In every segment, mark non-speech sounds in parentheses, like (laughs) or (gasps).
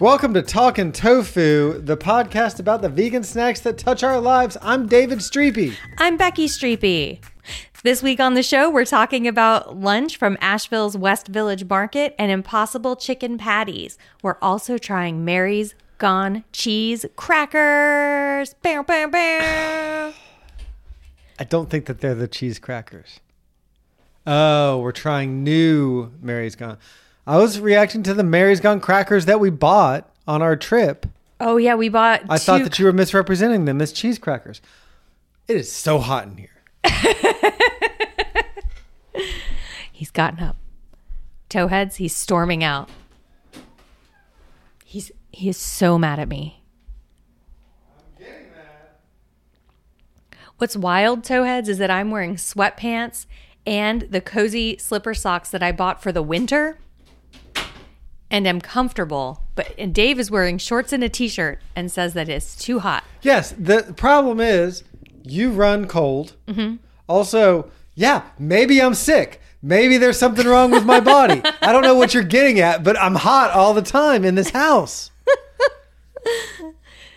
Welcome to Talking Tofu, the podcast about the vegan snacks that touch our lives. I'm David Streepy. I'm Becky Streepy. This week on the show, we're talking about lunch from Asheville's West Village Market and impossible chicken patties. We're also trying Mary's Gone Cheese Crackers. Bow, bow, bow. I don't think that they're the cheese crackers. Oh, we're trying new Mary's Gone. I was reacting to the Mary's Gone crackers that we bought on our trip. Oh, yeah, we bought. I two- thought that you were misrepresenting them as cheese crackers. It is so hot in here. He's gotten up. Toeheads, he's storming out. He's he is so mad at me. What's wild, Toeheads, is that I'm wearing sweatpants and the cozy slipper socks that I bought for the winter and am comfortable. But and Dave is wearing shorts and a t-shirt and says that it's too hot. Yes, the problem is you run cold. Also, yeah, maybe I'm sick. Maybe there's something wrong with my body. I don't know what you're getting at, but I'm hot all the time in this house.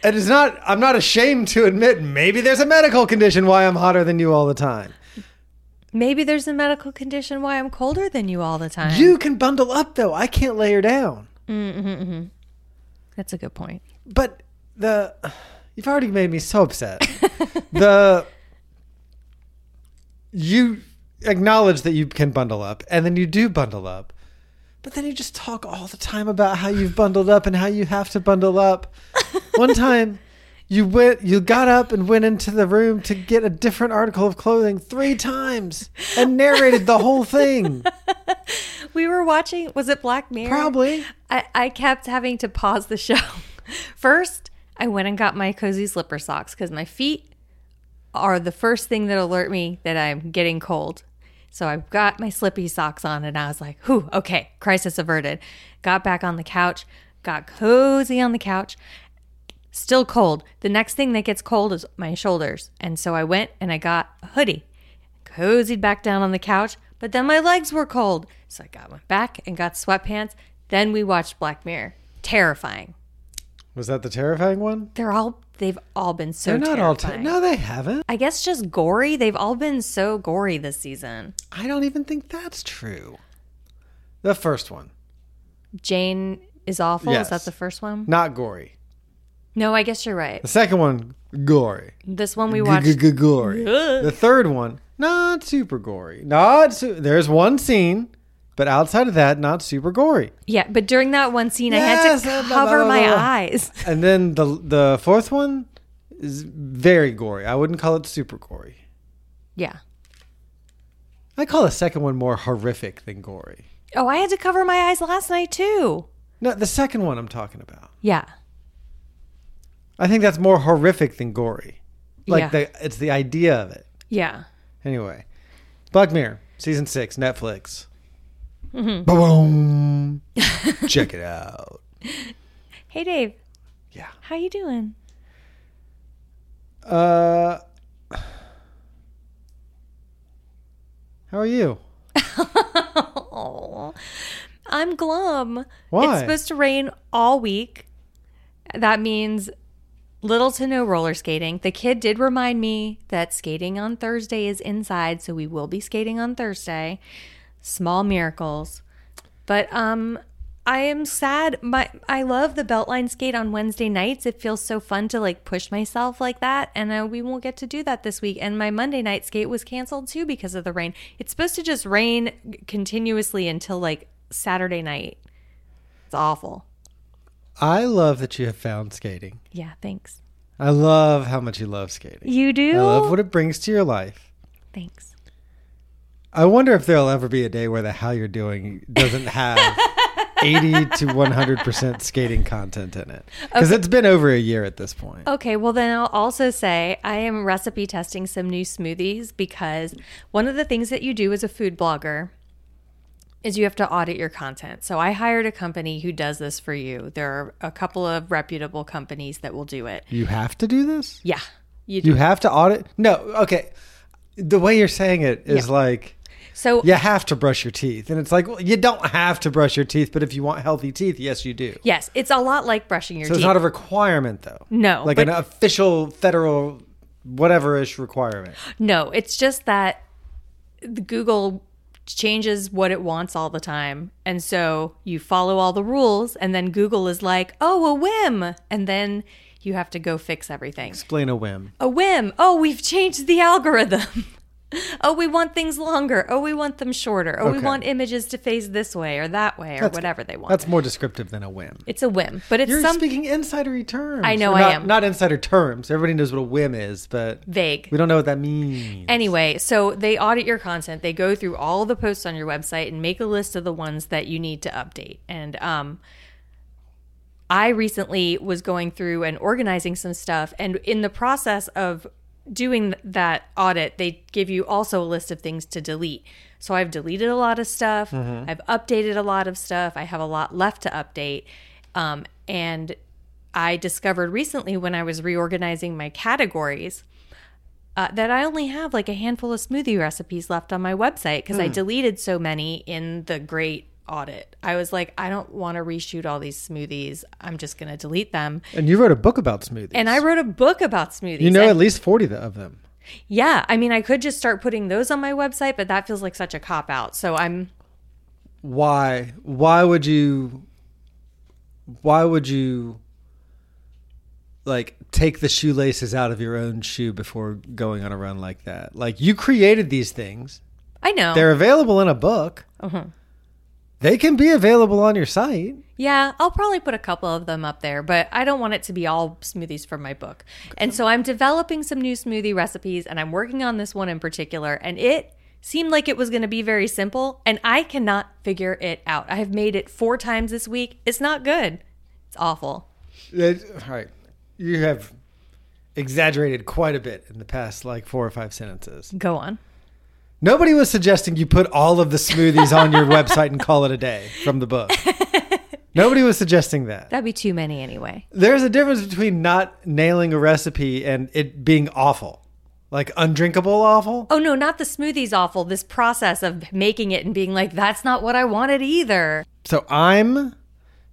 It is not I'm not ashamed to admit maybe there's a medical condition why I'm hotter than you all the time. Maybe there's a medical condition why I'm colder than you all the time. You can bundle up though. I can't layer down. That's a good point. But the you've already made me so upset. the you acknowledge that you can bundle up and then you do bundle up. But then you just talk all the time about how you've bundled up and how you have to bundle up. One time you went you got up and went into the room to get a different article of clothing 3 times and narrated the whole thing. We were watching, was it Black Mirror? Probably. I, I kept having to pause the show. (laughs) First, I went and got my cozy slipper socks because my feet are the first thing that alert me that I'm getting cold. So I've got my slippy socks on and I was like, whew, okay, crisis averted. Got back on the couch, got cozy on the couch, still cold. The next thing that gets cold is my shoulders. And so I went and I got a hoodie, cozied back down on the couch, but then my legs were cold. So I got my back and got sweatpants. Then we watched Black Mirror. Terrifying. Was that the terrifying one? They're all they've all been so They're not all ter- terrifying. No, they haven't. I guess just gory. They've all been so gory this season. I don't even think that's true. The first one. Jane is awful. Is Yes. that the first one? Not gory. No, I guess you're right. The second one, gory. This one we watched. Gory. The third one, not super gory. Not su- there's one scene, but outside of that, not super gory. Yeah, but during that one scene, Yes, I blah, had blah, to blah, cover blah, my blah. eyes. And then the the fourth one is very gory. I wouldn't call it super gory. Yeah. I call the second one more horrific than gory. Oh, I had to cover my eyes last night too. No, the second one I'm talking about. Yeah. I think that's more horrific than gory. Like Yeah. the it's the idea of it. Yeah. Anyway, Black Mirror season six, Netflix. Boom! Check it out. Hey, Dave. Yeah. How you doing? Uh, how are you? Oh, I'm glum. Why? It's supposed to rain all week. That means little to no roller skating. The kid did remind me that skating on Thursday is inside, so we will be skating on Thursday. Small miracles. But um I am sad. My I love the Beltline skate on Wednesday nights. It feels so fun to like push myself like that, and uh, we won't get to do that this week. And my Monday night skate was canceled too because of the rain. It's supposed to just rain continuously until like Saturday night. It's awful. I love that you have found skating. Yeah, thanks. I love how much you love skating. You do. I love what it brings to your life. thanks. I wonder if there'll ever be a day where the how you're doing doesn't have 80 to 100% skating content in it. Because it's been over a year at this point. Okay, well, then I'll also say I am recipe testing some new smoothies because one of the things that you do as a food blogger is you have to audit your content. So I hired a company who does this for you. There are a couple of reputable companies that will do it. You have to do this? Yeah, you do. You have to audit? No, okay. The way you're saying it is like So you have to brush your teeth. And it's like, well, you don't have to brush your teeth, but if you want healthy teeth, yes, you do. yes, it's a lot like brushing your So teeth. it's not a requirement, though. No, Like but- an official federal whatever ish requirement. No, it's just that the Google changes what it wants all the time. And so you follow all the rules, and then Google is like, oh, a whim. And then you have to go fix everything. Explain a whim. A whim. Oh, we've changed the algorithm. (laughs) oh, we want things longer. Oh, we want them shorter. Oh, we Okay. want images to phase this way or that way or That's- whatever they want. That's more descriptive than a whim. it's a whim, but it's You're some speaking insidery terms. I know Or I not- am. Not insider terms. Everybody knows what a whim is, but vague. we don't know what that means. Anyway, so they audit your content. They go through all the posts on your website and make a list of the ones that you need to update. And um, I recently was going through and organizing some stuff. And in the process of doing that audit, they give you also a list of things to delete. So I've deleted a lot of stuff. I've updated a lot of stuff. I have a lot left to update. Um, and I discovered recently when I was reorganizing my categories uh, that I only have like a handful of smoothie recipes left on my website because Hmm. I deleted so many in the great audit. I was like, I don't want to reshoot all these smoothies. I'm just going to delete them. And you wrote a book about smoothies. And I wrote a book about smoothies. you know And- at least 40 th- of them. yeah. I mean, I could just start putting those on my website, but that feels like such a cop out. So I'm, Why? Why would you? Why would you? Like take the shoelaces out of your own shoe before going on a run like that. Like you created these things. I know. They're available in a book. They can be available on your site. Yeah, I'll probably put a couple of them up there, but I don't want it to be all smoothies from my book. And so I'm developing some new smoothie recipes and I'm working on this one in particular and it seemed like it was going to be very simple and I cannot figure it out. I have made it 4 times this week. It's not good. It's awful. It, all right. You have exaggerated quite a bit in the past like four or five sentences. Go on. Nobody was suggesting you put all of the smoothies on your website and call it a day from the book. Nobody was suggesting that. That'd be too many anyway. There's a difference between not nailing a recipe and it being awful. Like undrinkable awful. Oh no, not the smoothies awful. This process of making it and being like that's not what I wanted either. So I'm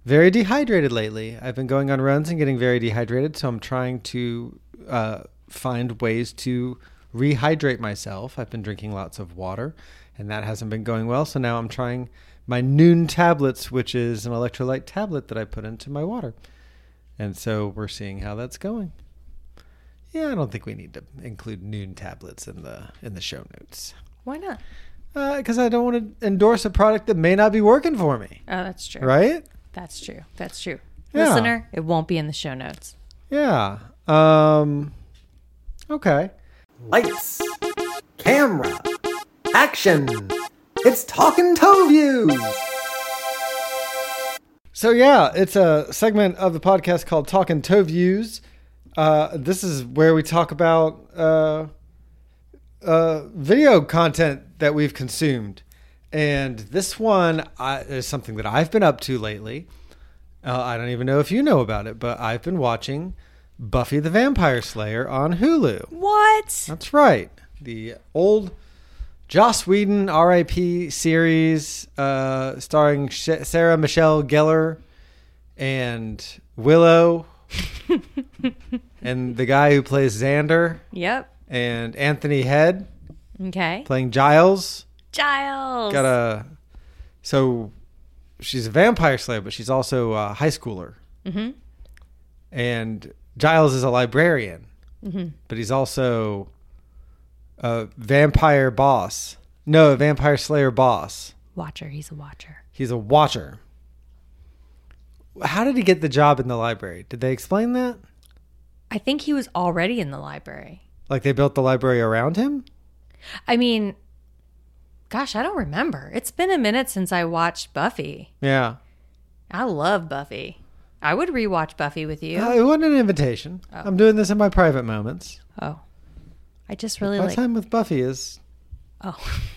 very dehydrated lately. I've been going on runs and getting very dehydrated. So I'm trying to uh, find ways to rehydrate myself. I've been drinking lots of water, and that hasn't been going well. So now I'm trying my noon tablets, which is an electrolyte tablet that I put into my water. And so we're seeing how that's going. Yeah, I don't think we need to include noon tablets in the in the show notes Why not? because I don't want to endorse a product that may not be working for me. Oh, that's true. Right? That's true. That's true. Yeah. Listener, it won't be in the show notes. Yeah. Um okay. Lights, camera, action. It's Talking Toe Views. So yeah, it's a segment of the podcast called Talking Toe Views. Uh this is where we talk about uh uh video content that we've consumed. And this one I, is something that I've been up to lately. Uh, I don't even know if you know about it, but I've been watching Buffy the Vampire Slayer on Hulu. What? That's right. The old Joss Whedon RIP series uh, starring Sh- Sarah Michelle Gellar and Willow and the guy who plays Xander Yep. and Anthony Head Okay. playing Giles Giles. got a so she's a vampire slayer, but she's also a high schooler. Mm-hmm. And Giles is a librarian, Mm-hmm. but he's also a vampire boss. No, a vampire slayer boss. watcher. He's a watcher. He's a watcher. How did he get the job in the library? Did they explain that? I think he was already in the library. Like they built the library around him? I mean, gosh, I don't remember. It's been a minute since I watched Buffy. Yeah. I love Buffy. I would rewatch Buffy with you. Uh, it wasn't an invitation. I'm doing this in my private moments. oh. I just really my like time with Buffy is Oh,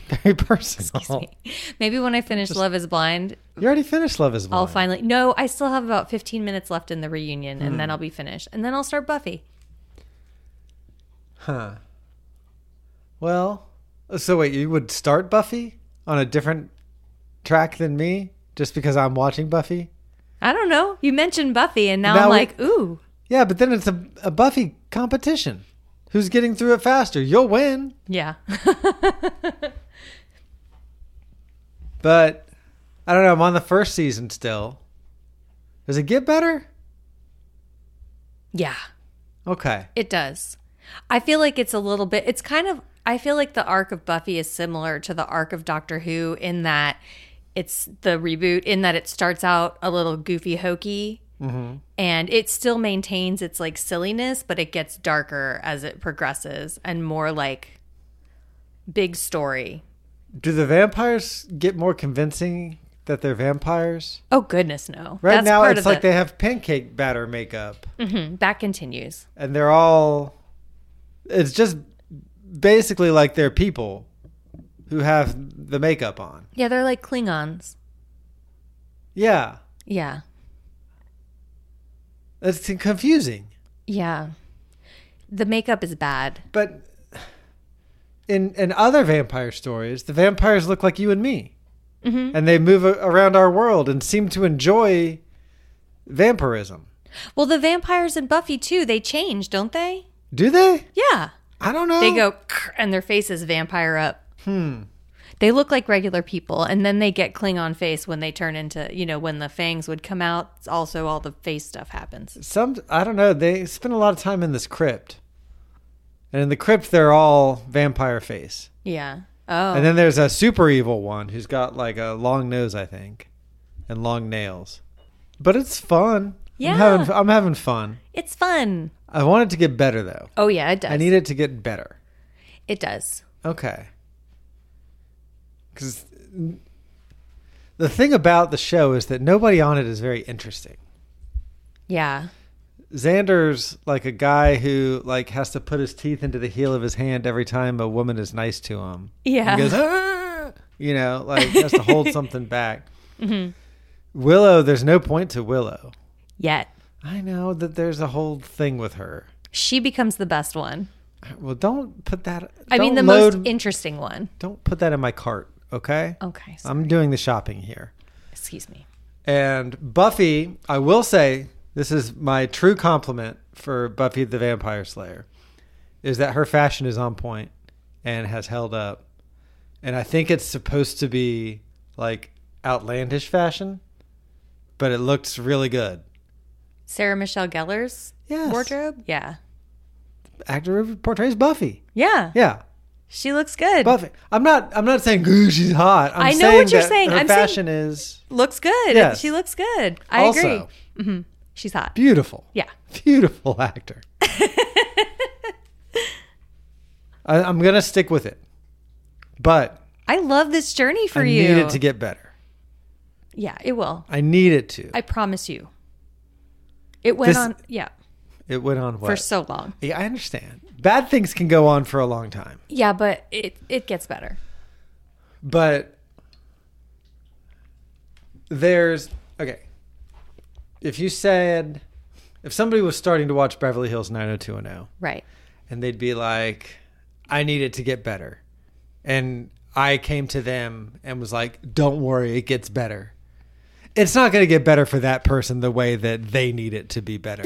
(laughs) very (laughs) personal. excuse me. Maybe when I finish Love is Blind, You already finished Love is Blind. I'll finally No, I still have about 15 minutes left in the reunion and Hmm. then I'll be finished. And then I'll start Buffy. Well, so wait, you would start Buffy on a different track than me just because I'm watching Buffy? I don't know. You mentioned Buffy and now, Now I'm we- like, "Ooh, Yeah, but then it's a, a Buffy competition. Who's getting through it faster? You'll win. yeah." (laughs) But I don't know. I'm on the first season still. Does it get better? yeah. Okay. It does. I feel like it's a little bit, it's kind of, I feel like the arc of Buffy is similar to the arc of Doctor Who in that it's the reboot, in that it starts out a little goofy, hokey, Mm-hmm. and it still maintains its like silliness, but it gets darker as it progresses and more like big story. Do the vampires get more convincing that they're vampires? Oh, goodness, no. Right That's now, part it's of like the, Mm-hmm. they have pancake batter makeup, that continues. and they're all. It's just basically like they're people who have the makeup on. Yeah, they're like Klingons. Yeah, Yeah. it's confusing, Yeah. The makeup is bad. but. In, in other vampire stories, the vampires look like you and me. Mm-hmm. And they move a- around our world and seem to enjoy vampirism. Well, the vampires in Buffy too, they change, don't they? Oh. Do they? Yeah. I don't know. They go "Krr," and their face is vampire up. Hmm. They look like regular people and then they get Klingon face when they turn into, you know, when the fangs would come out. It's also all the face stuff happens. some I don't know. They spend a lot of time in this crypt, and in the crypt they're all vampire face. Yeah. Oh. And then there's a super evil one who's got like a long nose, I think, and long nails. But it's fun. Yeah. I'm having, I'm having fun. it's fun. I want it to get better though. Oh yeah, it does. I need it to get better. It does. Okay. Because the thing about the show is that nobody on it is very interesting. Yeah. Xander's like a guy who like has to put his teeth into the heel of his hand every time a woman is nice to him. Yeah. Mm-hmm. He goes, "Ah!" you know, like has to hold (laughs) something back. Willow, there's no point to Willow. Yet I know that there's a whole thing with her. she becomes the best one. Well, don't put that. I mean the don't load, most Oh, interesting one. don't put that in my cart, okay? Okay. So, I'm doing the shopping here. excuse me. And Buffy, I will say, this is my true compliment for Buffy the Vampire Slayer, is that her fashion is on point and has held up. And I think it's supposed to be like outlandish fashion, but it looks really good. Sarah Michelle Gellar's Yes. wardrobe? Yeah. Actor who portrays Buffy. Yeah. Yeah. She looks good. Buffy. I'm not I'm not saying ooh she's hot. I'm I know saying what you're that saying. Her I'm saying- fashion is looks good. Yes. She looks good. I Also- agree. hmm She's hot. beautiful. yeah. beautiful (laughs) actor. I, I'm gonna stick with it, but I love this journey for I you. need it to get better. yeah, it will. I need it to. I promise you. It went This- on yeah, it went on what? for so long. yeah, I understand. Bad things can go on for a long time, Yeah, but it it gets better. but there's okay. If you said, if somebody was starting to watch Beverly Hills 90210, Right. and they'd be like, I need it to get better. And I came to them and was like, don't worry, it gets better. It's not going to get better for that person the way that they need it to be better.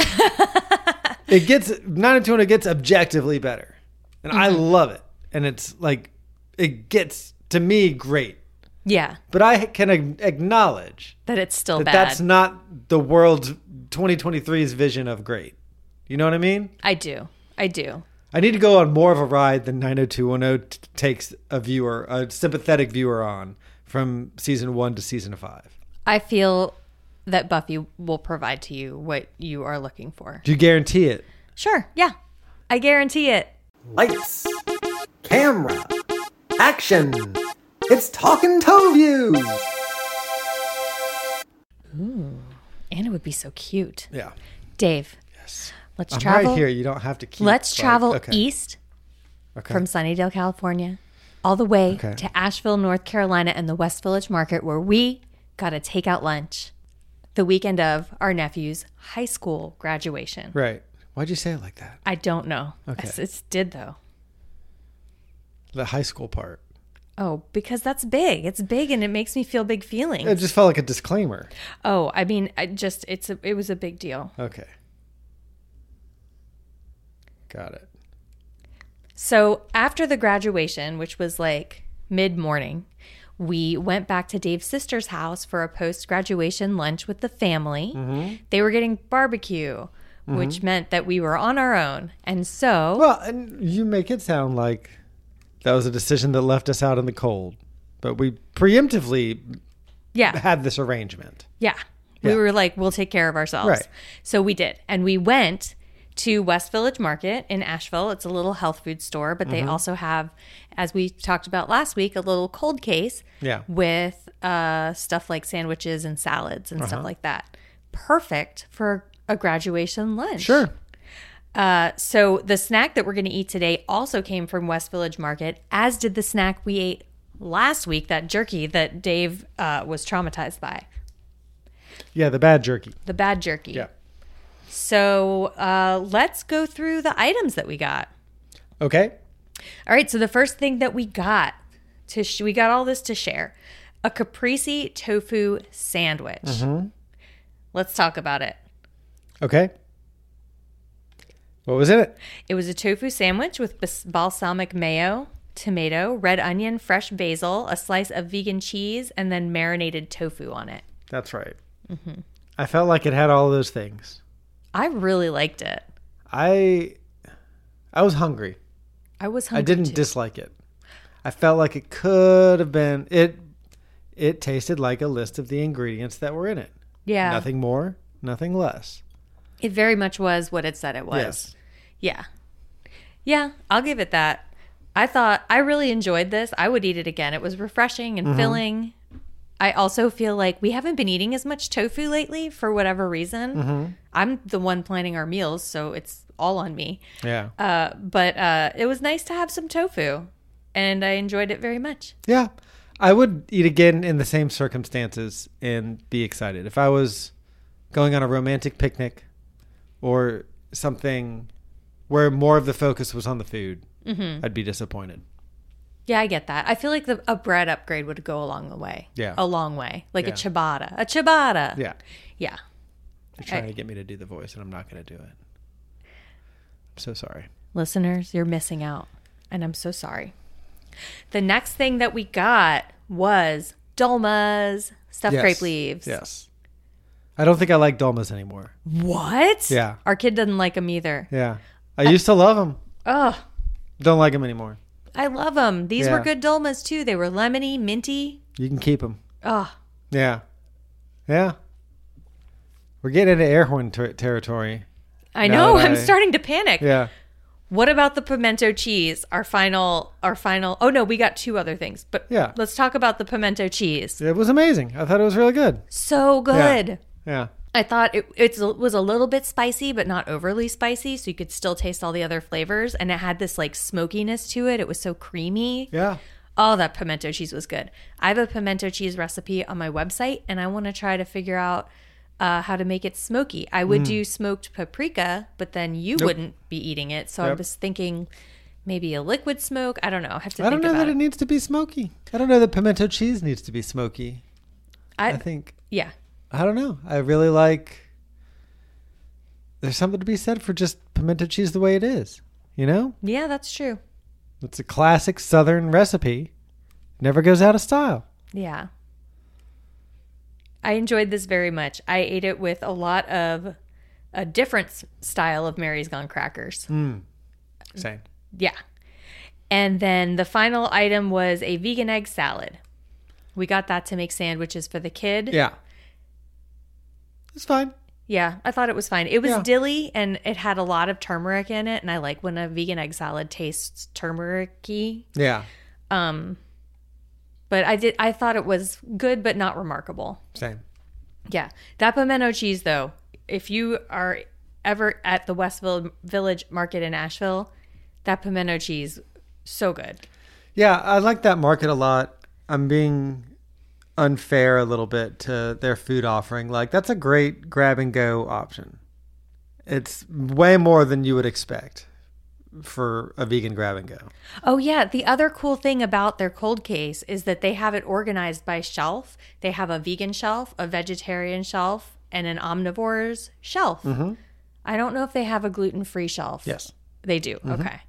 it gets 90210 gets objectively better. And I love it. And it's like it gets to me great. Yeah, But I can ag- acknowledge that it's still that bad. that's not the world's 2023's vision of great. You know what I mean? I do. I do. I need to go on more of a ride than 90210 t- takes a viewer, a sympathetic viewer on from season 1 to season 5. I feel that Buffy will provide to you what you are looking for. Do you guarantee it? Sure. Yeah. I guarantee it. Lights, camera, action. It's Talking Toe View. Anna would be so cute. Yeah. Dave. Yes. Let's I'm travel. right here. You don't have to keep Let's like- travel okay. east Okay. from Sunnydale, California, all the way Okay. to Asheville, North Carolina, and the West Village Market, where we got a takeout lunch the weekend of our nephew's high school graduation. Right. Why'd you say it like that? I don't know. Okay. It's, it's did though. The high school part. Oh, because that's big. It's big, and it makes me feel big feelings. It just felt like a disclaimer. oh, I mean, I just it's a, it was a big deal. Okay. Got it. So after the graduation, which was like mid morning, we went back to Dave's sister's house for a post graduation lunch with the family. They were getting barbecue, which meant that we were on our own. And so, Well, and you make it sound like that was a decision that left us out in the cold, but we preemptively (laughs) yeah, had this arrangement. yeah, we were like, we'll take care of ourselves. Right. So we did. And we went to West Village Market in Asheville. It's a little health food store, but Mm-hmm. they also have, as we talked about last week, a little cold case Yeah. with uh, stuff like sandwiches and salads and Uh-huh. stuff like that. Perfect for a graduation lunch. Sure. Uh, so the snack that we're going to eat today also came from West Village Market, as did the snack we ate last week, that jerky that Dave uh, was traumatized by, Yeah, the bad jerky. the bad jerky. Yeah. So uh, let's go through the items that we got. Okay. All right, so the first thing that we got to sh- we got all this to share a caprese tofu sandwich. Let's talk about it. Okay. What was in it? It was a tofu sandwich with bas- balsamic mayo, tomato, red onion, fresh basil, a slice of vegan cheese, and then marinated tofu on it. That's right. Mm-hmm. I felt like it had all those things. I really liked it. I I was hungry. I was hungry. I didn't too. dislike it. I felt like it could have been it. It tasted like a list of the ingredients that were in it. yeah. Nothing more, nothing less. It very much was what it said it was. Yes. Yeah. Yeah, I'll give it that. I thought I really enjoyed this. I would eat it again. It was refreshing Mm-hmm. and filling. I also feel like we haven't been eating as much tofu lately for whatever reason. Mm-hmm. I'm the one planning our meals, so it's all on me. Yeah. Uh, but uh, it was nice to have some tofu, and I enjoyed it very much. yeah. I would eat again in the same circumstances and be excited. If I was going on a romantic picnic or something where more of the focus was on the food, Mm-hmm. I'd be disappointed. Yeah, I get that. I feel like the, a bread upgrade would go along the way. Yeah. a long way, like Yeah. a ciabatta, a ciabatta. Yeah. yeah. You're trying to get me to do the voice, and I'm not going to do it. I'm so sorry. Listeners, you're missing out. And I'm so sorry. The next thing that we got was dolmas, stuffed Yes. grape leaves. Yes. I don't think I like dolmas anymore. What? Yeah. Our kid doesn't like them either. Yeah. I used to love them. Ugh, Don't like them anymore. I love them. These Yeah. were good dolmas too. They were lemony, minty. You can keep them. Ugh. Yeah. Yeah. We're getting into air horn ter- territory. I Now know. (laughs) that I'm I- starting to panic. Yeah. What about the pimento cheese? Our final, our final. Oh no, we got two other things. But Yeah. let's talk about the pimento cheese. It was amazing. I thought it was really good. So good. Yeah. I thought it it's, it was a little bit spicy, but not overly spicy, so you could still taste all the other flavors. And it had this like smokiness to it. It was so creamy. Yeah. Oh, that pimento cheese was good. I have a pimento cheese recipe on my website, and I want to try to figure out uh, how to make it smoky. I Mm. would do smoked paprika, but then you wouldn't be eating it. So I Yep. was thinking maybe a liquid smoke. I don't know. I have to I don't think know about that it. it needs to be smoky. I don't know that pimento cheese needs to be smoky. I, I think yeah. I don't know. I really like there's something to be said for just pimento cheese the way it is. You know, Yeah, that's true. it's a classic Southern recipe. Never goes out of style. Yeah. I enjoyed this very much. I ate it with a lot of a different s- style of Mary's Gone crackers. Mm. Same. Yeah. And then the final item was a vegan egg salad. We got that to make sandwiches for the kid. Yeah. It's fine. Yeah, I thought it was fine. It was Yeah. dilly and it had a lot of turmeric in it. And I like when a vegan egg salad tastes turmeric-y. Yeah. Um, but I did. I thought it was good, but not remarkable. Same. Yeah, that pimento cheese though. If you are ever at the Westville Village Market in Asheville, that pimento cheese so good. Yeah, I like that market a lot. I'm being unfair a little bit to their food offering. Like that's a great grab and go option. It's way more than you would expect for a vegan grab and go. Oh yeah, the other cool thing about their cold case is that they have it organized by shelf. They have a vegan shelf, a vegetarian shelf, and an omnivore's shelf. I don't know if they have a gluten-free shelf. Mm-hmm. Yes. Mm-hmm. They do. Okay.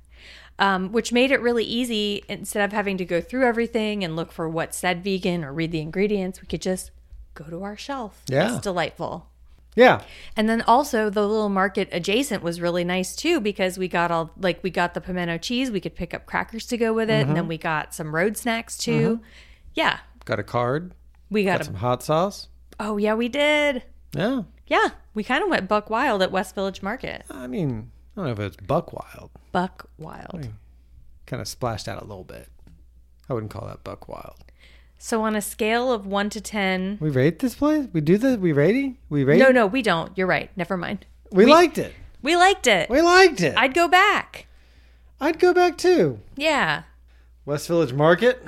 Um, which made it really easy instead of having to go through everything and look for what said vegan or read the ingredients, we could just go to our shelf. Yeah. It's delightful. Yeah. And then also the little market adjacent was really nice too because we got all like we got the pimento cheese, we could pick up crackers to go with it, and then we got some road snacks too. Yeah. Got a card, We got, got a, some hot sauce. Oh yeah, we did. Yeah. Yeah. We kind of went buck wild at West Village Market. I mean, I don't know if it's buck wild. Buck wild. Kind of splashed out a little bit. I wouldn't call that buck wild. So on a scale of 1 to 10, We rate this place? We do this? We rating? We rate? No, no, we don't. You're right. Never mind. We, liked it. We liked it. We liked it. I'd go back. I'd go back too. Yeah. West Village Market.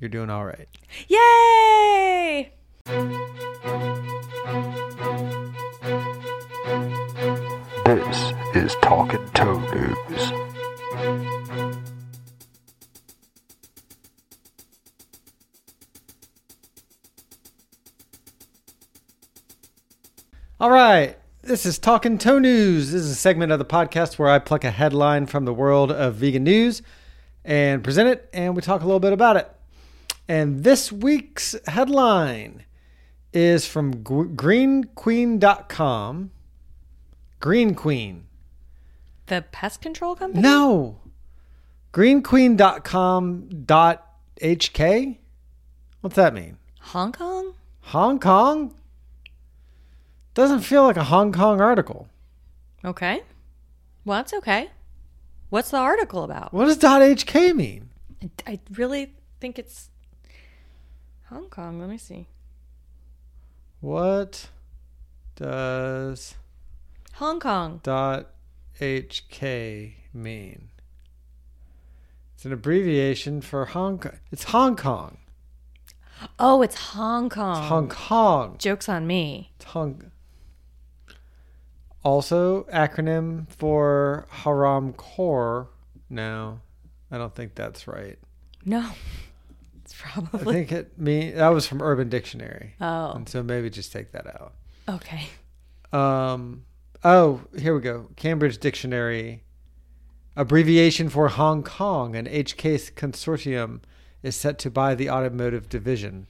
You're doing all right. Yay! This is Talking Toe News. All right. This is Talking Toe News. This is a segment of the podcast where I pluck a headline from the world of vegan news and present it, and we talk a little bit about it. And this week's headline is from gr- greenqueen.com. Green Queen. The pest control company? No. Greenqueen.com.hk? What's that mean? Hong Kong? Hong Kong? Doesn't feel like a Hong Kong article. Okay. Well, that's okay. What's the article about? What does .hk mean? I, I really think it's Hong Kong. Let me see. What does Hong Kong. .hk mean? It's an abbreviation for Hong Kong. It's Hong Kong. Oh, it's Hong Kong. It's Hong Kong. Joke's on me. It's Hong. Also, acronym for Haram Core. No, I don't think that's right. No. It's I probably. think it me that was from Urban Dictionary. Oh, And so maybe just take that out. (laughs) okay. Um, oh, here we go. Cambridge Dictionary, abbreviation for Hong Kong, an HK consortium is set to buy the automotive division.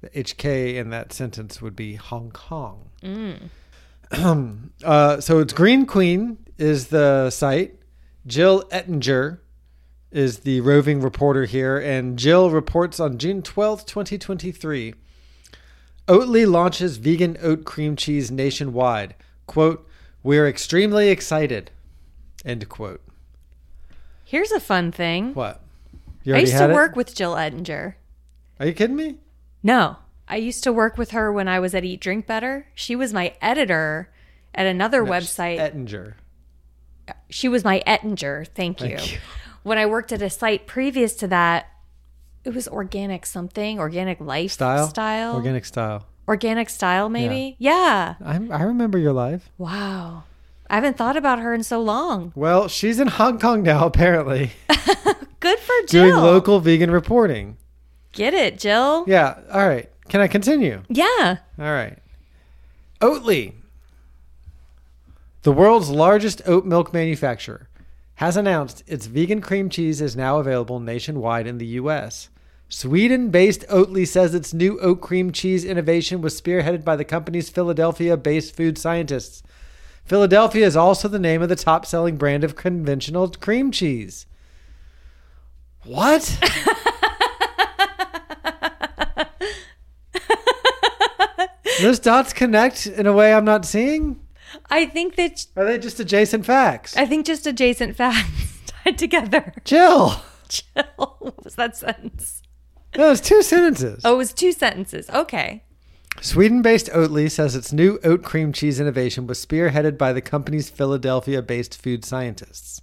The HK in that sentence would be Hong Kong. (clears throat) uh, so it's Green Queen is the site. Jill Ettinger is the roving reporter here, and Jill reports on June twelfth, twenty twenty three. Oatly launches vegan oat cream cheese nationwide. Quote, We're extremely excited. End quote. Here's a fun thing. What? You I already used had to it? work with Jill Ettinger. Are you kidding me? No. I used to work with her when I was at Eat Drink Better. She was my editor at another website. Ettinger. she was my Ettinger. Thank you. Thank you. When I worked at a site previous to that, it was organic something, organic life Style? style, Organic style. Organic style, maybe. Yeah. I'm, I remember your life. Wow. I haven't thought about her in so long. Well, she's in Hong Kong now, apparently, (laughs) Good for Jill. doing local vegan reporting. Get it, Jill. Yeah. All right. Can I continue? Yeah. All right. Oatly, the world's largest oat milk manufacturer, has announced its vegan cream cheese is now available nationwide in the U.S. Sweden based Oatly says its new oat cream cheese innovation was spearheaded by the company's Philadelphia based food scientists. Philadelphia is also the name of the top selling brand of conventional cream cheese. What? Those dots connect in a way I'm not seeing? I think that Are they just adjacent facts? I think just adjacent facts (laughs) tied together. Jill! Chill. What was that sentence? No, it's two sentences. Oh, it was two sentences. Okay. Sweden based Oatly says its new oat cream cheese innovation was spearheaded by the company's Philadelphia based food scientists.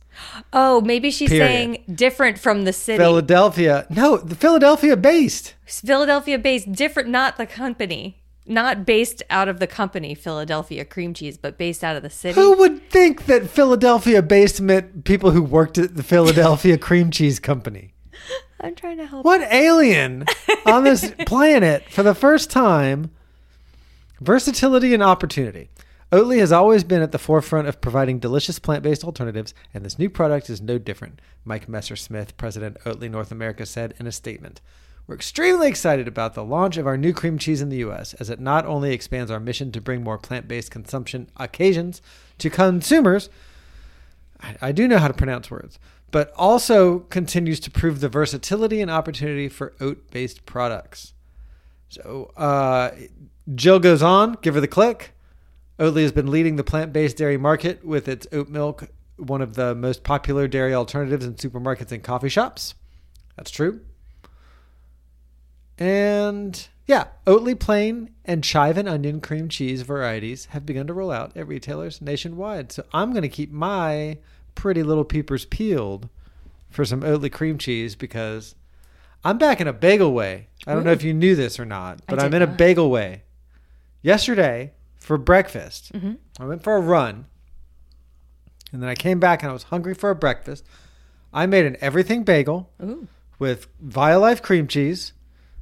Oh, maybe she's Period. saying different from the city. Philadelphia. No, the Philadelphia based. Philadelphia based, different, not the company. Not based out of the company, Philadelphia cream cheese, but based out of the city. Who would think that Philadelphia based meant people who worked at the Philadelphia cream cheese company? I'm trying to help. What alien on this planet for the first time? Versatility and opportunity. Oatly has always been at the forefront of providing delicious plant based alternatives, and this new product is no different, Mike Messer Smith, President Oatly North America, said in a statement. We're extremely excited about the launch of our new cream cheese in the U.S., as it not only expands our mission to bring more plant based consumption occasions to consumers, I- I do know how to pronounce words, but also continues to prove the versatility and opportunity for oat based products. So uh, Jill goes on, give her the click. Oatly has been leading the plant based dairy market with its oat milk, one of the most popular dairy alternatives in supermarkets and coffee shops. That's true. And yeah, Oatly plain and chive and onion cream cheese varieties have begun to roll out at retailers nationwide. So I'm going to keep my pretty little peepers peeled for some Oatly cream cheese because I'm back in a bagel way. I don't know if you knew this or not, but I'm in a bagel way. Yesterday for breakfast, I went for a run and then I came back and I was hungry for a breakfast. I made an everything bagel with Violife cream cheese,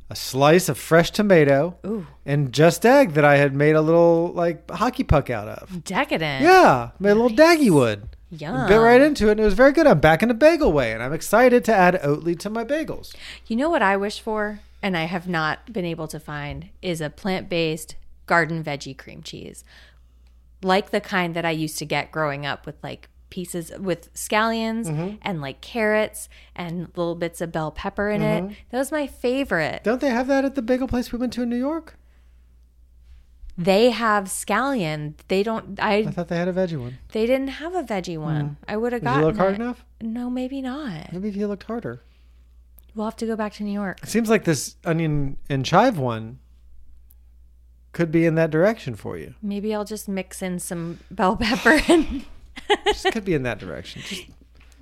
a slice of fresh tomato, and just egg that I had made a little like hockey puck out of. Decadent. Yeah, made a little daggy wood. Yum. Bit right into it, and it was very good. I'm back in a bagel way, and I'm excited to add Oatly to my bagels. You know what I wish for, and I have not been able to find, is a plant based garden veggie cream cheese. Like the kind that I used to get growing up with like pieces with scallions and like carrots and little bits of bell pepper in it. That was my favorite. Don't they have that at the bagel place we went to in New York? They have scallion. They don't, I I, thought they had a veggie one. they didn't have a veggie one. I would have Hmm. Did you gotten look hard it. enough? No, maybe not. Maybe if you looked harder. We'll have to go back to New York. It seems like this onion and chive one could be in that direction for you. Maybe I'll just mix in some bell pepper (laughs) and Just could be in that direction. Just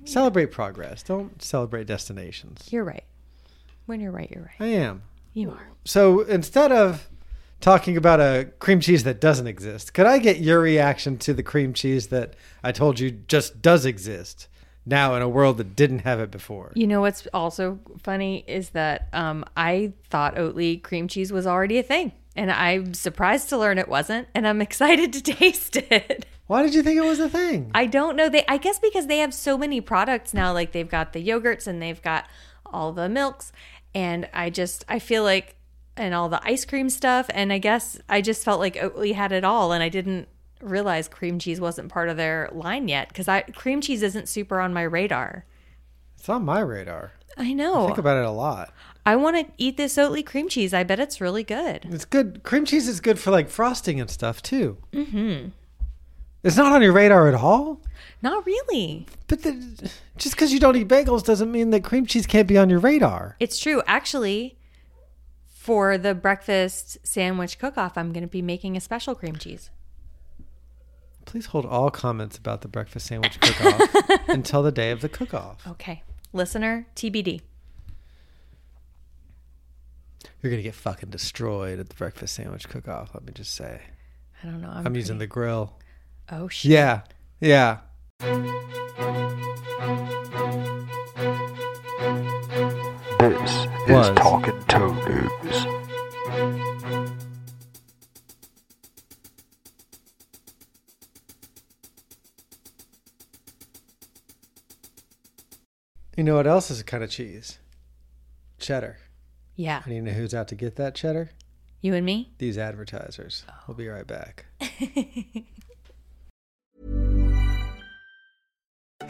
celebrate progress. Don't celebrate destinations. You're right. When you're right, you're right. I am. You are. So instead of talking about a cream cheese that doesn't exist, could I get your reaction to the cream cheese that I told you just does exist now in a world that didn't have it before? You know what's also funny is that um, I thought Oatly cream cheese was already a thing, and I'm surprised to learn it wasn't, and I'm (laughs) excited to taste it. Why did you think it was a thing? I don't know. They, I guess, because they have so many products now. Like they've got the yogurts and they've got all the milks, and I just I feel like and all the ice cream stuff. And I guess I just felt like Oatly had it all, and I didn't realize cream cheese wasn't part of their line yet because I cream cheese isn't super on my radar. It's on my radar. I I know. think about it a lot. I want to eat this Oatly cream cheese. I bet it's really good. It's good. Cream cheese is good for like frosting and stuff too. Mm-hmm. It's not on your radar at all. Not really. But the, just because you don't eat bagels doesn't mean that cream cheese can't be on your radar. It's true. Actually, for the breakfast sandwich cook off, I'm going to be making a special cream cheese. Please hold all comments about the breakfast sandwich cook-off until the day of the cook-off. Okay. Listener, TBD. You're gonna get fucking destroyed at the breakfast sandwich cook-off. Let me just say, I don't know. I'm using the grill. Oh, shit. Yeah, yeah. This Was. is Talking Toe News. You know what else is a kind of cheese? Cheddar. Yeah. And you know who's out to get that cheddar? You and me? (laughs) These advertisers. We'll be right back.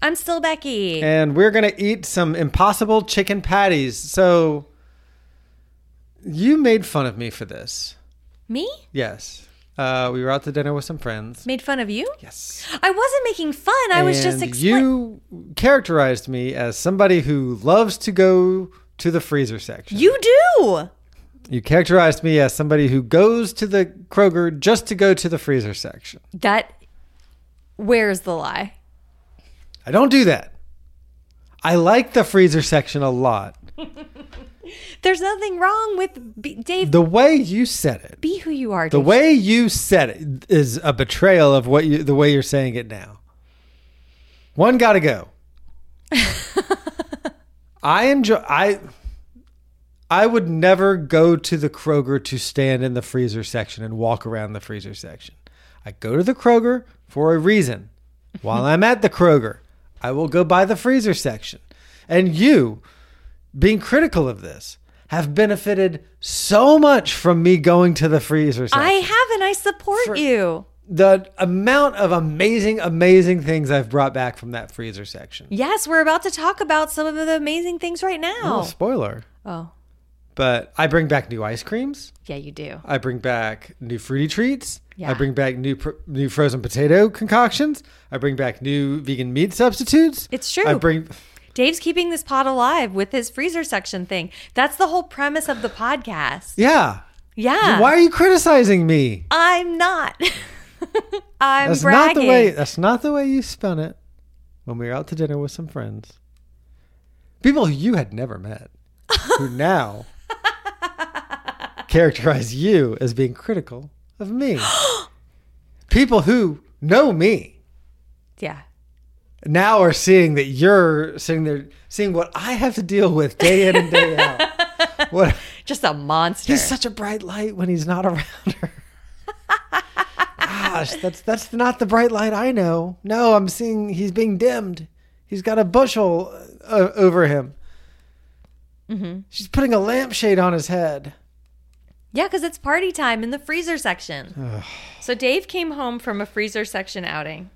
I'm still Becky. And we're going to eat some impossible chicken patties. So you made fun of me for this. Me? Yes. Uh, we were out to dinner with some friends. Made fun of you? Yes. I wasn't making fun. I was just And explaining. You characterized me as somebody who loves to go to the freezer section. You do. You characterized me as somebody who goes to the Kroger just to go to the freezer section. That. Where's the lie? I don't do that. I like the freezer section a lot. There's nothing wrong with be- Dave. The way you said it, be who you are. the Dave. way you said it is a betrayal of what you the way you're saying it now. One got to (laughs) go. I enjoy I I would never go to the Kroger to stand in the freezer section and walk around the freezer section. I go to the Kroger for a reason. While I'm at the Kroger, I will go by the freezer section. And you, being critical of this, have benefited so much from me going to the freezer section I haven't. I support you. the amount of amazing, amazing things I've brought back from that freezer section. Yes, we're about to talk about some of the amazing things right Oh, now. spoiler. Oh, But I bring back new ice creams. yeah, you do. I bring back new fruity treats. Yeah. I bring back new pr- new frozen potato concoctions. I bring back new vegan meat substitutes. It's true. I bring Dave's keeping this pod alive with his freezer section thing. That's the whole premise of the podcast. Yeah. Yeah. Why are you criticizing me? I'm not. (laughs) I'm that's bragging. not the way that's not the way you spun it when we were out to dinner with some friends. People who you had never met (laughs) who now characterize you as being critical of (gasps) me. People who know me yeah. now are seeing that you're sitting there seeing what I have to deal with day in and day out. What Just a monster. He's such a bright light when he's not around her. Gosh, that's that's not the bright light I know. No, I'm seeing he's being dimmed. He's got a bushel uh, over him. She's putting a lampshade on his head. yeah, because it's party time in the freezer section. so Dave came home from a freezer section outing.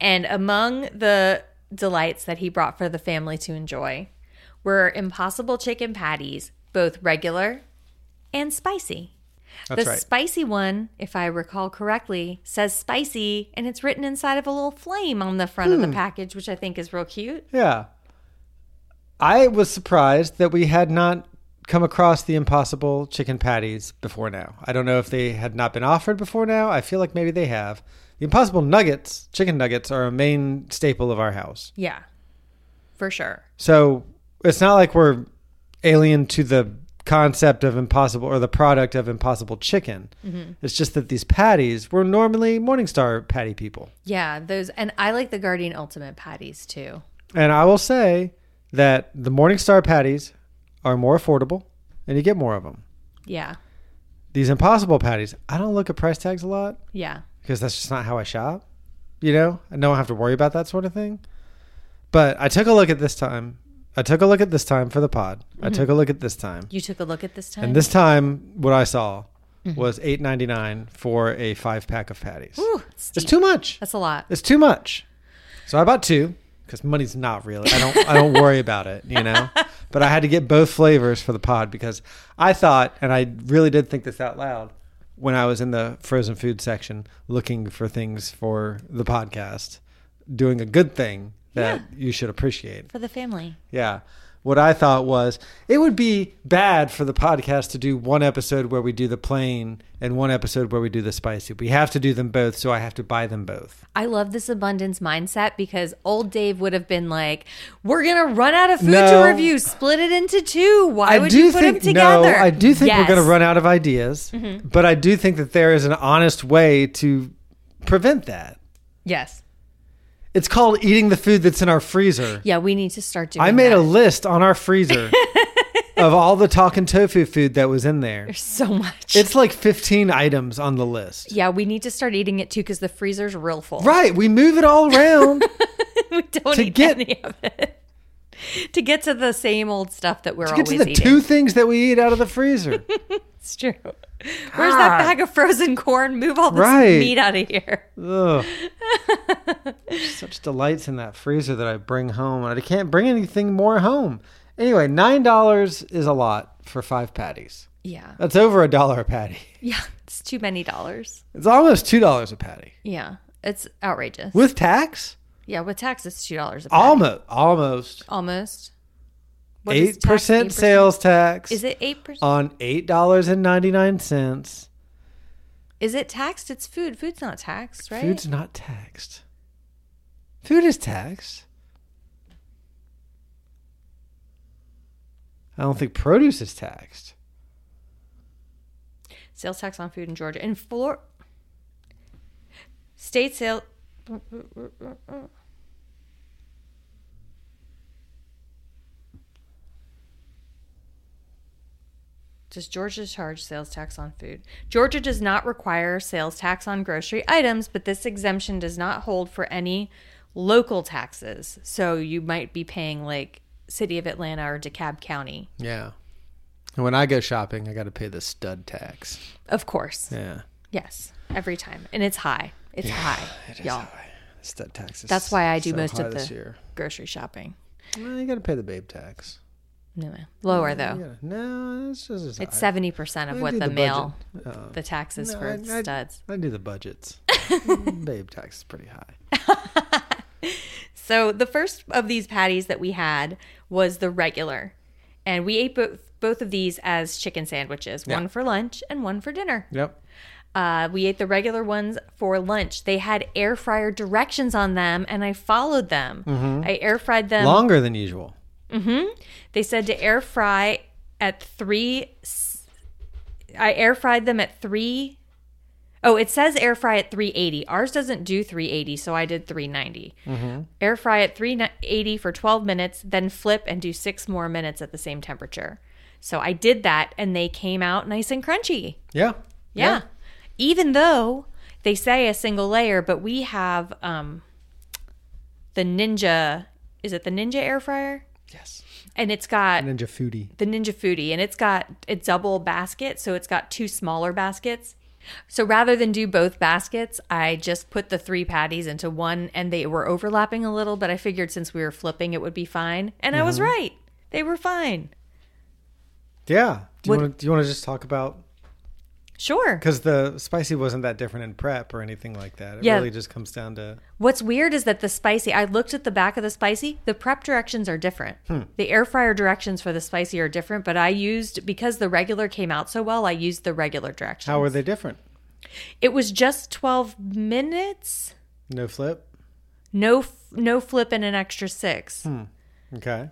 And among the delights that he brought for the family to enjoy were impossible chicken patties, both regular and spicy. That's the right. spicy one, if I recall correctly, says spicy and it's written inside of a little flame on the front Hmm. of the package, which I think is real cute. Yeah. I was surprised that we had not come across the impossible chicken patties before now. I don't know if they had not been offered before now. I feel like maybe they have. The impossible nuggets, chicken nuggets, are a main staple of our house. Yeah, for sure. So it's not like we're alien to the concept of impossible or the product of impossible chicken. It's just that these patties were normally Morningstar patty people. Yeah, those, and I like the Guardian Ultimate patties too. And I will say that the Morningstar patties are more affordable and you get more of them. Yeah, These Impossible patties, I don't look at price tags a lot yeah, because that's just not how I shop. You know, I don't have to worry about that sort of thing. But I took a look at this time. I took a look at this time for the pod. I took a look at this time. Mm-hmm. you took a look at this time. And this time what I saw Mm-hmm. was 8.99 for a 5 pack of patties. Ooh, it's It's steep. too much. That's a lot. It's too much. So I bought two because money's not really. I don't. I don't worry about it, you know. But I had to get both flavors for the pod because I thought, and I really did think this out loud when I was in the frozen food section looking for things for the podcast, doing a good thing that you should appreciate. for the family. Yeah. What I thought was it would be bad for the podcast to do one episode where we do the plain and one episode where we do the spicy. We have to do them both, so I have to buy them both. I love this abundance mindset because old Dave would have been like, "We're gonna run out of food No. to review. Split it into two. Why would you put them together?" No, I do think Yes. Mm-hmm. we're going to run out of ideas, but I do think that there is an honest way to prevent that. Yes. It's called eating the food that's in our freezer. Yeah, we need to start doing. I made that. a list on our (laughs) freezer of all the talking tofu food that was in there. (laughs) so much. It's like 15 items on the list. yeah, we need to start eating it too because the freezer's real full. Right, we move it all around. (laughs) we don't To eat get- any of it. (laughs) to get to the same old stuff that we're to get always to the eating. two things that we eat out of the freezer. (laughs) It's true. Where's that bag of frozen corn? Move all this Right. meat out of here. Ugh. Such delights in that freezer that I bring home. and I can't bring anything more home. Anyway, nine dollars is a lot for five patties. Yeah. That's over a dollar a patty. Yeah. It's too many dollars. It's almost two dollars a patty Yeah. It's outrageous. with tax. Yeah, with tax, it's two dollars a bag. Almost, almost Almost. What is eight tax? percent 8%? sales tax Is it eight percent? on eight dollars and ninety nine cents. Is it taxed? It's food. Food's not taxed, right? Food's not taxed. Food is taxed. I don't think produce is taxed. Sales tax on food in Georgia. In four state sale. Does Georgia charge sales tax on food? Georgia does not require sales tax on grocery items, but this exemption does not hold for any local taxes. So you might be paying like City of Atlanta or DeKalb County. Yeah. And when I go shopping, I got to pay the stud tax. Of course. Yeah. Yes, every time, and it's high. It's high, y'all. Stud tax is That's why I do so most high of this the year. grocery shopping. Well, you got to pay the babe tax. Anyway, lower though. Yeah. No, it's just it's It's seventy percent of I what do the, the male, budget. Oh. the taxes for I, I- studs. I do the (laughs) budgets. Mm, babe tax is pretty high. So the first of these patties that we had was the regular, and we ate both both of these as chicken sandwiches, one for lunch and one for dinner. Yep. Uh, we ate the regular ones for lunch. They had air fryer directions on them, and I followed them. Mm-hmm. I air fried them. Longer than usual. They said to air fry at three. I air fried them at three oh it says air fry at 380. Ours doesn't do 380, so I did 390. Air fry at 380 for 12 minutes, then flip and do six more minutes at the same temperature. So I did that, and they came out nice and crunchy. Yeah. Yeah. Even though they say a single layer, but we have um the Ninja. Is it the Ninja air fryer? Yes. And it's got Ninja foodie. the Ninja Foodie, and it's got a double basket, so it's got two smaller baskets. So rather than do both baskets, I just put the three patties into one, and they were overlapping a little, but I figured since we were flipping, it would be fine. And I was Uh-huh. right. They were fine. Yeah. Do you What- want to? Do you want to just talk about Sure. Because the spicy wasn't that different in prep or anything like that. It Yeah. really just comes down to What's weird is that the spicy, I looked at the back of the spicy, the prep directions are different. Hmm. The air fryer directions for the spicy are different, but I used, because the regular came out so well, I used the regular directions. how are they different? It was just 12 minutes, No flip. no, f- no flip and an extra six. Hmm. Okay.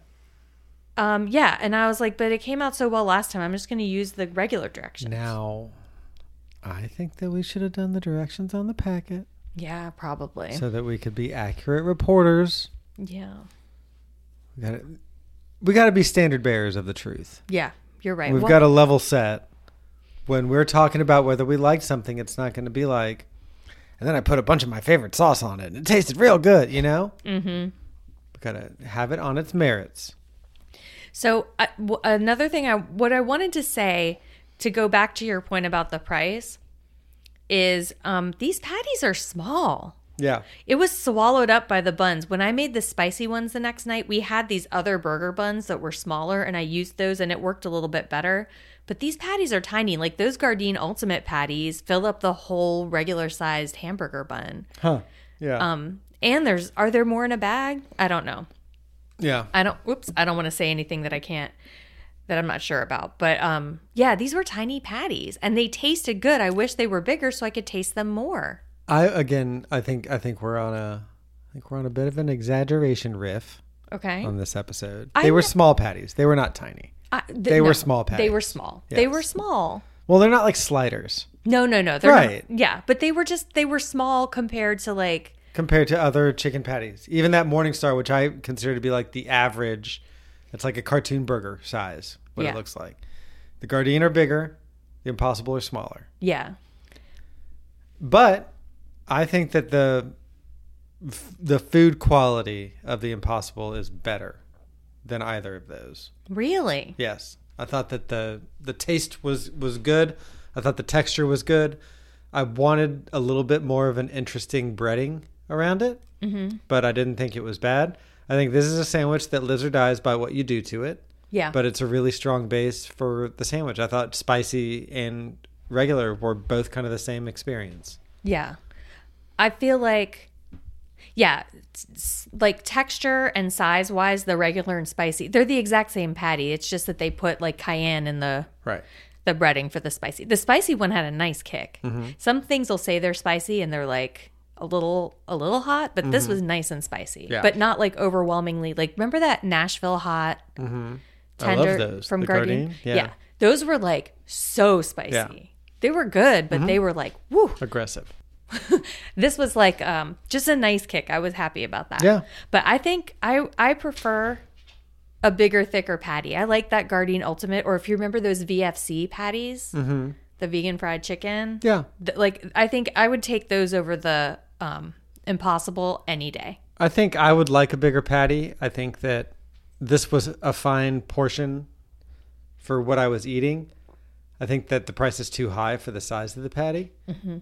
Um, yeah. And I was like, but it came out so well last time. I'm just going to use the regular directions. Now, I think that we should have done the directions on the packet Yeah, probably. so that we could be accurate reporters. yeah. We got to we got to be standard bearers of the truth. Yeah. You're right. We've Well- got to level set. When we're talking about whether we like something, it's not going to be like, and then I put a bunch of my favorite sauce on it and it tasted real good, you know? Mm hmm. Mm-hmm. We got to have it on its merits. So uh, w- another thing I what I wanted to say to go back to your point about the price is um, these patties are small. Yeah. It was swallowed up by the buns. When I made the spicy ones the next night, we had these other burger buns that were smaller and I used those and it worked a little bit better. But these patties are tiny. Like those Gardein Ultimate patties fill up the whole regular sized hamburger bun. Huh. Yeah. Um and there's are there more in a bag? I don't know. yeah. I don't whoops, I don't want to say anything that I can't that I'm not sure about. But um yeah, these were tiny patties and they tasted good. I wish they were bigger so I could taste them more. I again, I think I think we're on a, I think we're on a bit of an exaggeration riff Okay. on this episode. I they were kn- small patties. They were not tiny. I- th- they were small They patties. were small. They Yes. were small. Well, they're not like sliders No, no, no. They're Right. Not, yeah, but they were just they were small compared to like compared to other chicken patties. Even that Morningstar, which I consider to be like the average, it's like a cartoon burger size. What Yeah. it looks like. The Guardian are bigger. The Impossible are smaller. yeah. But I think that the f- the food quality of the Impossible is better than either of those. Really? Yes, I thought that the the taste was was good. I thought the texture was good. I wanted a little bit more of an interesting breading around it, mm-hmm. but I didn't think it was bad. I think this is a sandwich that lives or dies by what you do to it. Yeah. But it's a really strong base for the sandwich. I thought spicy and regular were both kind of the same experience. Yeah. I feel like, yeah, s- s- like texture and size wise, the regular and spicy, they're the exact same patty. It's just that they put like cayenne in the. Right. The breading for the spicy. The spicy one had a nice kick. Mm-hmm. Some things will say they're spicy and they're like a little a little hot, but this was nice and spicy, Mm-hmm. Yeah. but not like overwhelmingly. Like remember that Nashville hot Mm-hmm. I love tender those. from The Gardein? Gardein? Yeah. Yeah. those were like so spicy. They were good, Mm-hmm. but they were like woo. Aggressive. this was like um just a nice kick i was happy about that Yeah. but i think i i prefer a bigger thicker patty i like that guardian ultimate or if you remember those vfc patties the vegan fried chicken Mm-hmm. Yeah. Th- like i think i would take those over the um impossible any day I think I would like a bigger patty. I think that this was a fine portion for what I was eating. I think that the price is too high for the size of the patty,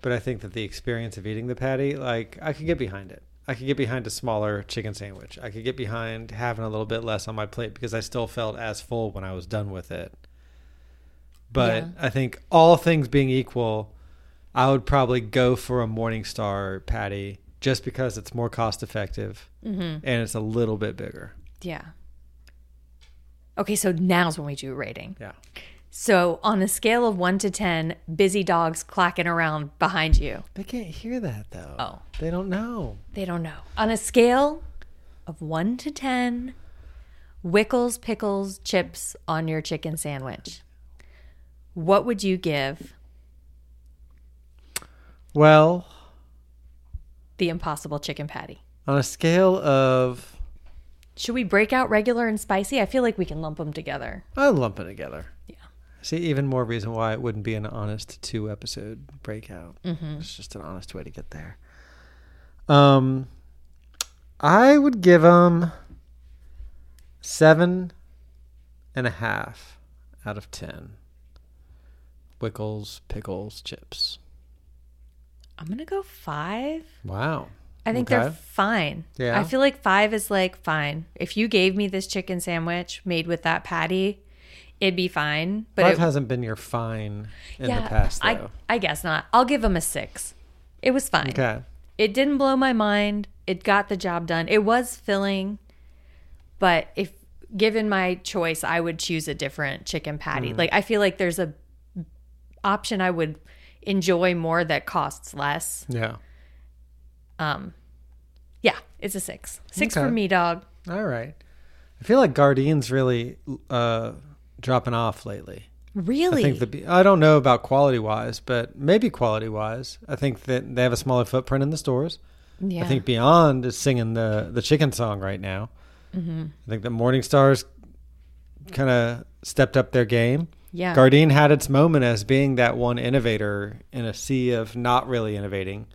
but I think that the experience of eating the patty, like I could get behind it. I could get behind a smaller chicken sandwich. I could get behind having a little bit less on my plate because I still felt as full when I was done with it. But I think all things being equal, I would probably go for a Morningstar patty just because it's more cost effective and it's a little bit bigger. yeah okay so now's when we do rating Yeah. so on a scale of 1 to 10 busy dogs clacking around behind you They can't hear that though. Oh. They don't know. They don't know. On a scale of one to 10, Wickles, pickles, chips on your chicken sandwich. What would you give Well, the impossible chicken patty? on a scale of Should we break out regular and spicy? I feel like we can lump them together. I'll lump it together. Yeah. See, even more reason why it wouldn't be an honest two episode breakout. Mm-hmm. It's just an honest way to get there. Um, I would give them seven and a half out of ten. Wickles, pickles, chips. I'm going to go five. Wow. I think they're Okay. fine. Yeah. I feel like five is like fine. If you gave me this chicken sandwich made with that patty it'd be fine. But Five it, hasn't been your fine in the past, though. I I guess not. I'll give him a six. It was fine. okay. It didn't blow my mind. It got the job done. It was filling, but if given my choice, I would choose a different chicken patty. Hmm. Like I feel like there's a option I would enjoy more that costs less. Yeah. Um, yeah, it's a six. Six Okay. for me, dog. All right. I feel like Guardian's really uh, dropping off lately. Really? I think the B- I don't know about quality wise, but maybe quality wise, I think that they have a smaller footprint in the stores. yeah. I think Beyond is singing the the chicken song right now. Mm-hmm. I think the Morningstar's kind of stepped up their game. Yeah. Gardein had its moment as being that one innovator in a sea of not really innovating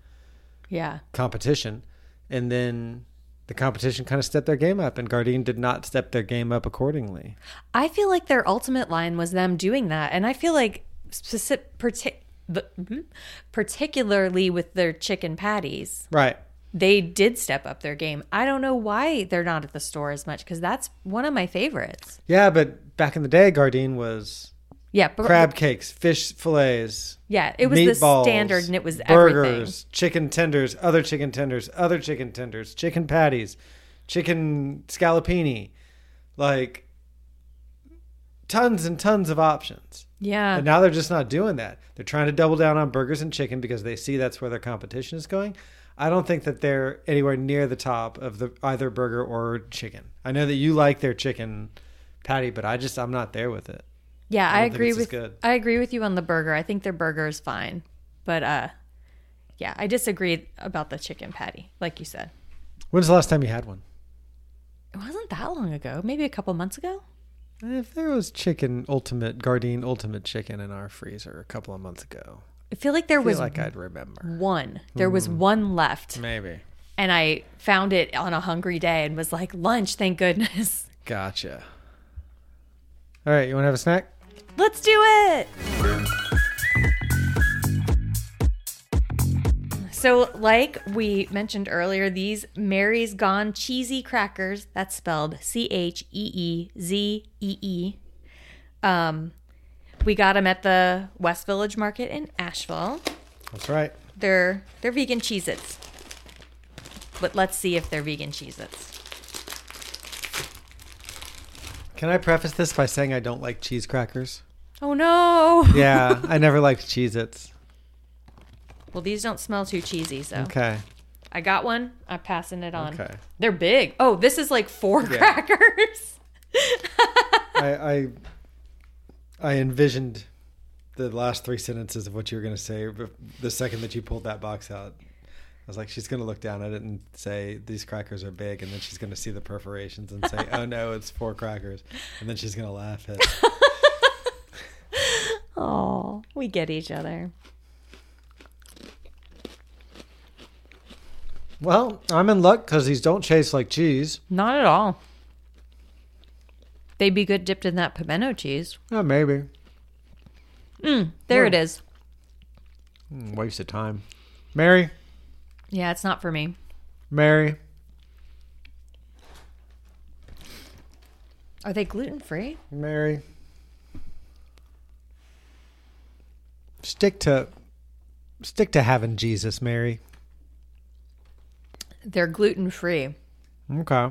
yeah. competition, and then the competition kind of stepped their game up, and Gardein did not step their game up accordingly. I feel like their ultimate line was them doing that, and I feel like specific, partic- the- mhm. particularly with their chicken patties, Right. they did step up their game. I don't know why they're not at the store as much because that's one of my favorites. Yeah, but back in the day, Gardein was Yeah, but crab cakes, fish fillets. Yeah, it was the meatballs, standard and it was burgers, everything. chicken tenders, other chicken tenders, other chicken tenders, chicken patties, chicken scallopini, like tons and tons of options. Yeah, And now they're just not doing that. They're trying to double down on burgers and chicken because they see that's where their competition is going. I don't think that they're anywhere near the top of the either burger or chicken. I know that you like their chicken patty, but I just I'm not there with it. yeah, don't I, think agree it's as with good. I agree with you on the burger. I think their burger is fine, but uh, yeah, I disagree about the chicken patty, like you said. When's the last time you had one? It wasn't that long ago, maybe a couple months ago. If there was chicken ultimate Gardein ultimate chicken in our freezer a couple of months ago, I feel like there I Hmm. feel was like I'd remember. one. There was one left. Maybe. and I found it on a hungry day and was like, lunch, thank goodness. Gotcha. All right, you want to have a snack? Let's do it. So, like we mentioned earlier, these Mary's Gone Cheesy Crackers, that's spelled C H E E Z E E. Um, we got them at the West Village Market in Asheville. That's right. They're they're vegan Cheez Its. But let's see if they're vegan Cheez Its. Can I preface this by saying I don't like cheese crackers? Oh no. Yeah, I never liked Cheez Its. Well, these don't smell too cheesy, so Okay. I got one. I'm passing it on. Okay. They're big. Oh, this is like four crackers. (laughs) I, I I envisioned the last three sentences of what you were going to say bef- the second that you pulled that box out. I was like, she's going to look down at it and say, these crackers are big. And then she's going to see the perforations and say, oh no, it's four crackers. And then she's going to laugh at it. Oh, we get each other. (laughs) Well, I'm in luck because these don't taste like cheese. Not at all. They'd be good dipped in that pimento cheese. Oh, maybe. There it is. Hmm, Waste of time. Mary, Yeah, it's not for me. Mary. Are they gluten free? Mary. Stick to stick to having Jesus, Mary. They're gluten free. Okay.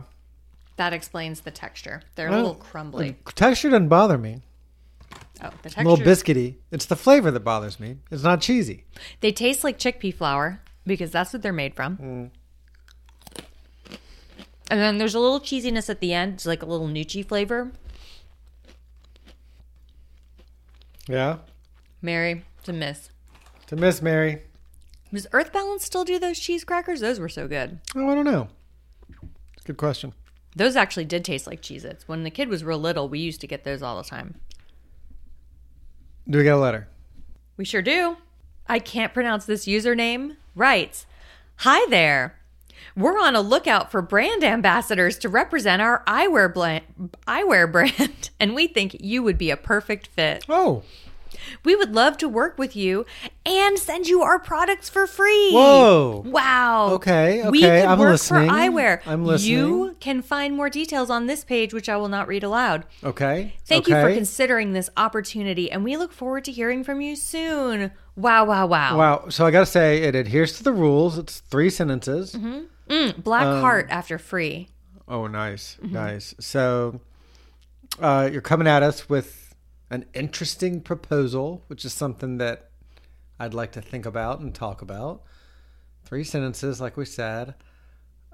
That explains the texture. They're a Well, little crumbly. Texture doesn't bother me. Oh, the A little texture. biscuity. It's the flavor that bothers me. It's not cheesy. They taste like chickpea flour because that's what they're made from. Mm. And then there's a little cheesiness at the end, it's like a little Nucci flavor. Yeah. Mary, it's a miss. To Miss Mary. Does Earth Balance still do those cheese crackers? Those were so good. Oh, I don't know. Good question. Those actually did taste like Cheez Its. When the kid was real little, we used to get those all the time. Do we get a letter? We sure do. I can't pronounce this username. Right. Hi there. We're on a lookout for brand ambassadors to represent our (laughs) eyewear, blan- eyewear brand, and we think you would be a perfect fit. Oh. We would love to work with you and send you our products for free. Whoa. Wow. Okay, We okay, could I'm work listening. for eyewear. I'm listening. You can find more details on this page, which I will not read aloud. Okay. Thank okay. you for considering this opportunity, and we look forward to hearing from you soon. Wow, wow, wow. Wow. So I got to say, it adheres to the rules. It's three Mm-hmm. sentences. Mm, Black Um, heart after free. Oh, nice. Nice. So uh, you're coming at us with an interesting proposal, which is something that I'd like to think about and talk about. Three sentences, like we said.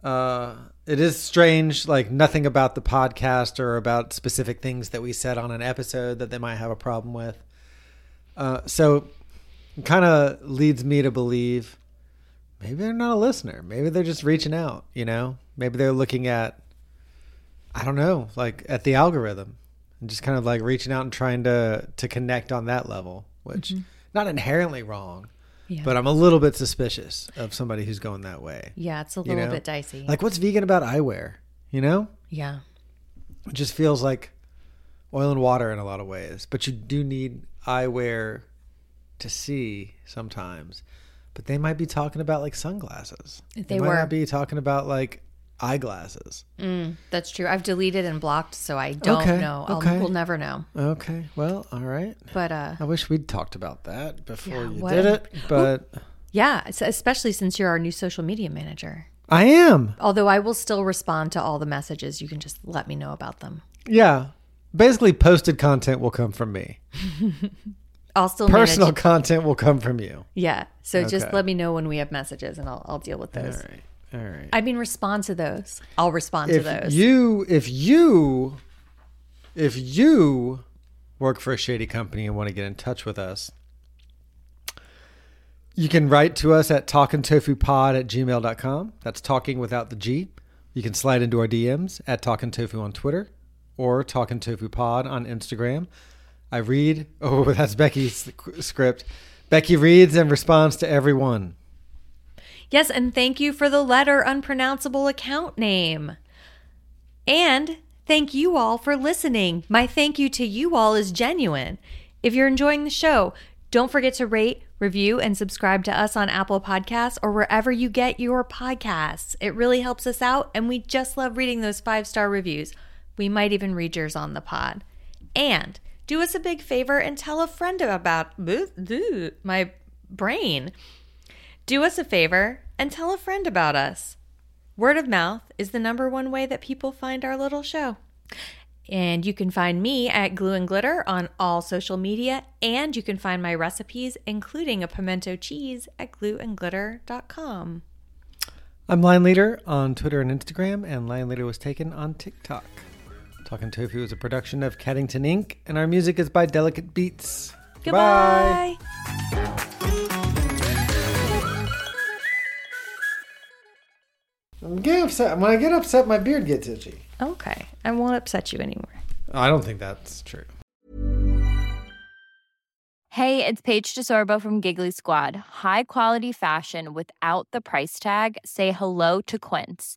Uh, it is strange, like nothing about the podcast or about specific things that we said on an episode that they might have a problem with. Uh, so it kind of leads me to believe maybe they're not a listener. Maybe they're just reaching out, you know? Maybe they're looking at, I don't know, like at the algorithm and just kind of like reaching out and trying to, to connect on that level, which Mm-hmm. not inherently wrong, but I'm a little bit suspicious of somebody who's going that way. Yeah, it's a you little know? bit dicey. Like, what's vegan about eyewear? You know? yeah. It just feels like oil and water in a lot of ways, but you do need eyewear to see sometimes. But they might be talking about like sunglasses. They, they might were. Mm-hmm. not be talking about like eyeglasses. That's true. I've deleted and blocked, so I don't Okay, know. I'll, okay. We'll never know. Okay. Well, all right. But uh, I wish we'd talked about that before Yeah, you what did a- it, but yeah, es- especially since you're our new social media manager. I am. Although I will still respond to all the messages, you can just let me know about them. Yeah. Basically, posted content will come from me. I'll still Personal Manage- content will come from you. yeah. So just Okay. let me know when we have messages, and I'll I'll deal with those. right. All right. I mean, respond to those. I'll respond if to those. you if you if you work for a shady company and want to get in touch with us you can write to us at talkingtofupod at gmail.com that's talking without the g you can slide into our dms at talking tofu on twitter or talking tofu pod on instagram i read (laughs) oh that's becky's script becky reads and responds to everyone Yes, and thank you for the letter unpronounceable account name. And thank you all for listening. My thank you to you all is genuine. If you're enjoying the show, don't forget to rate, review, and subscribe to us on Apple Podcasts or wherever you get your podcasts. It really helps us out, and we just love reading those five star reviews. We might even read yours on the pod. And do us a big favor and tell a friend about my brain. Do us a favor and tell a friend about us. Word of mouth is the number one way that people find our little show. And you can find me at Glue and Glitter on all social media, and you can find my recipes, including a pimento cheese, at glueandglitter.com. I'm Line Leader on Twitter and Instagram, and Line Leader was taken on TikTok. Talking Tofu is a production of Caddington Inc., and our music is by Delicate Beats. Goodbye. I'm getting upset. When I get upset, my beard gets itchy. Okay, I won't upset you anymore. I don't think that's true. Hey, it's Paige DeSorbo from Giggly Squad. High quality fashion without the price tag. Say hello to Quince.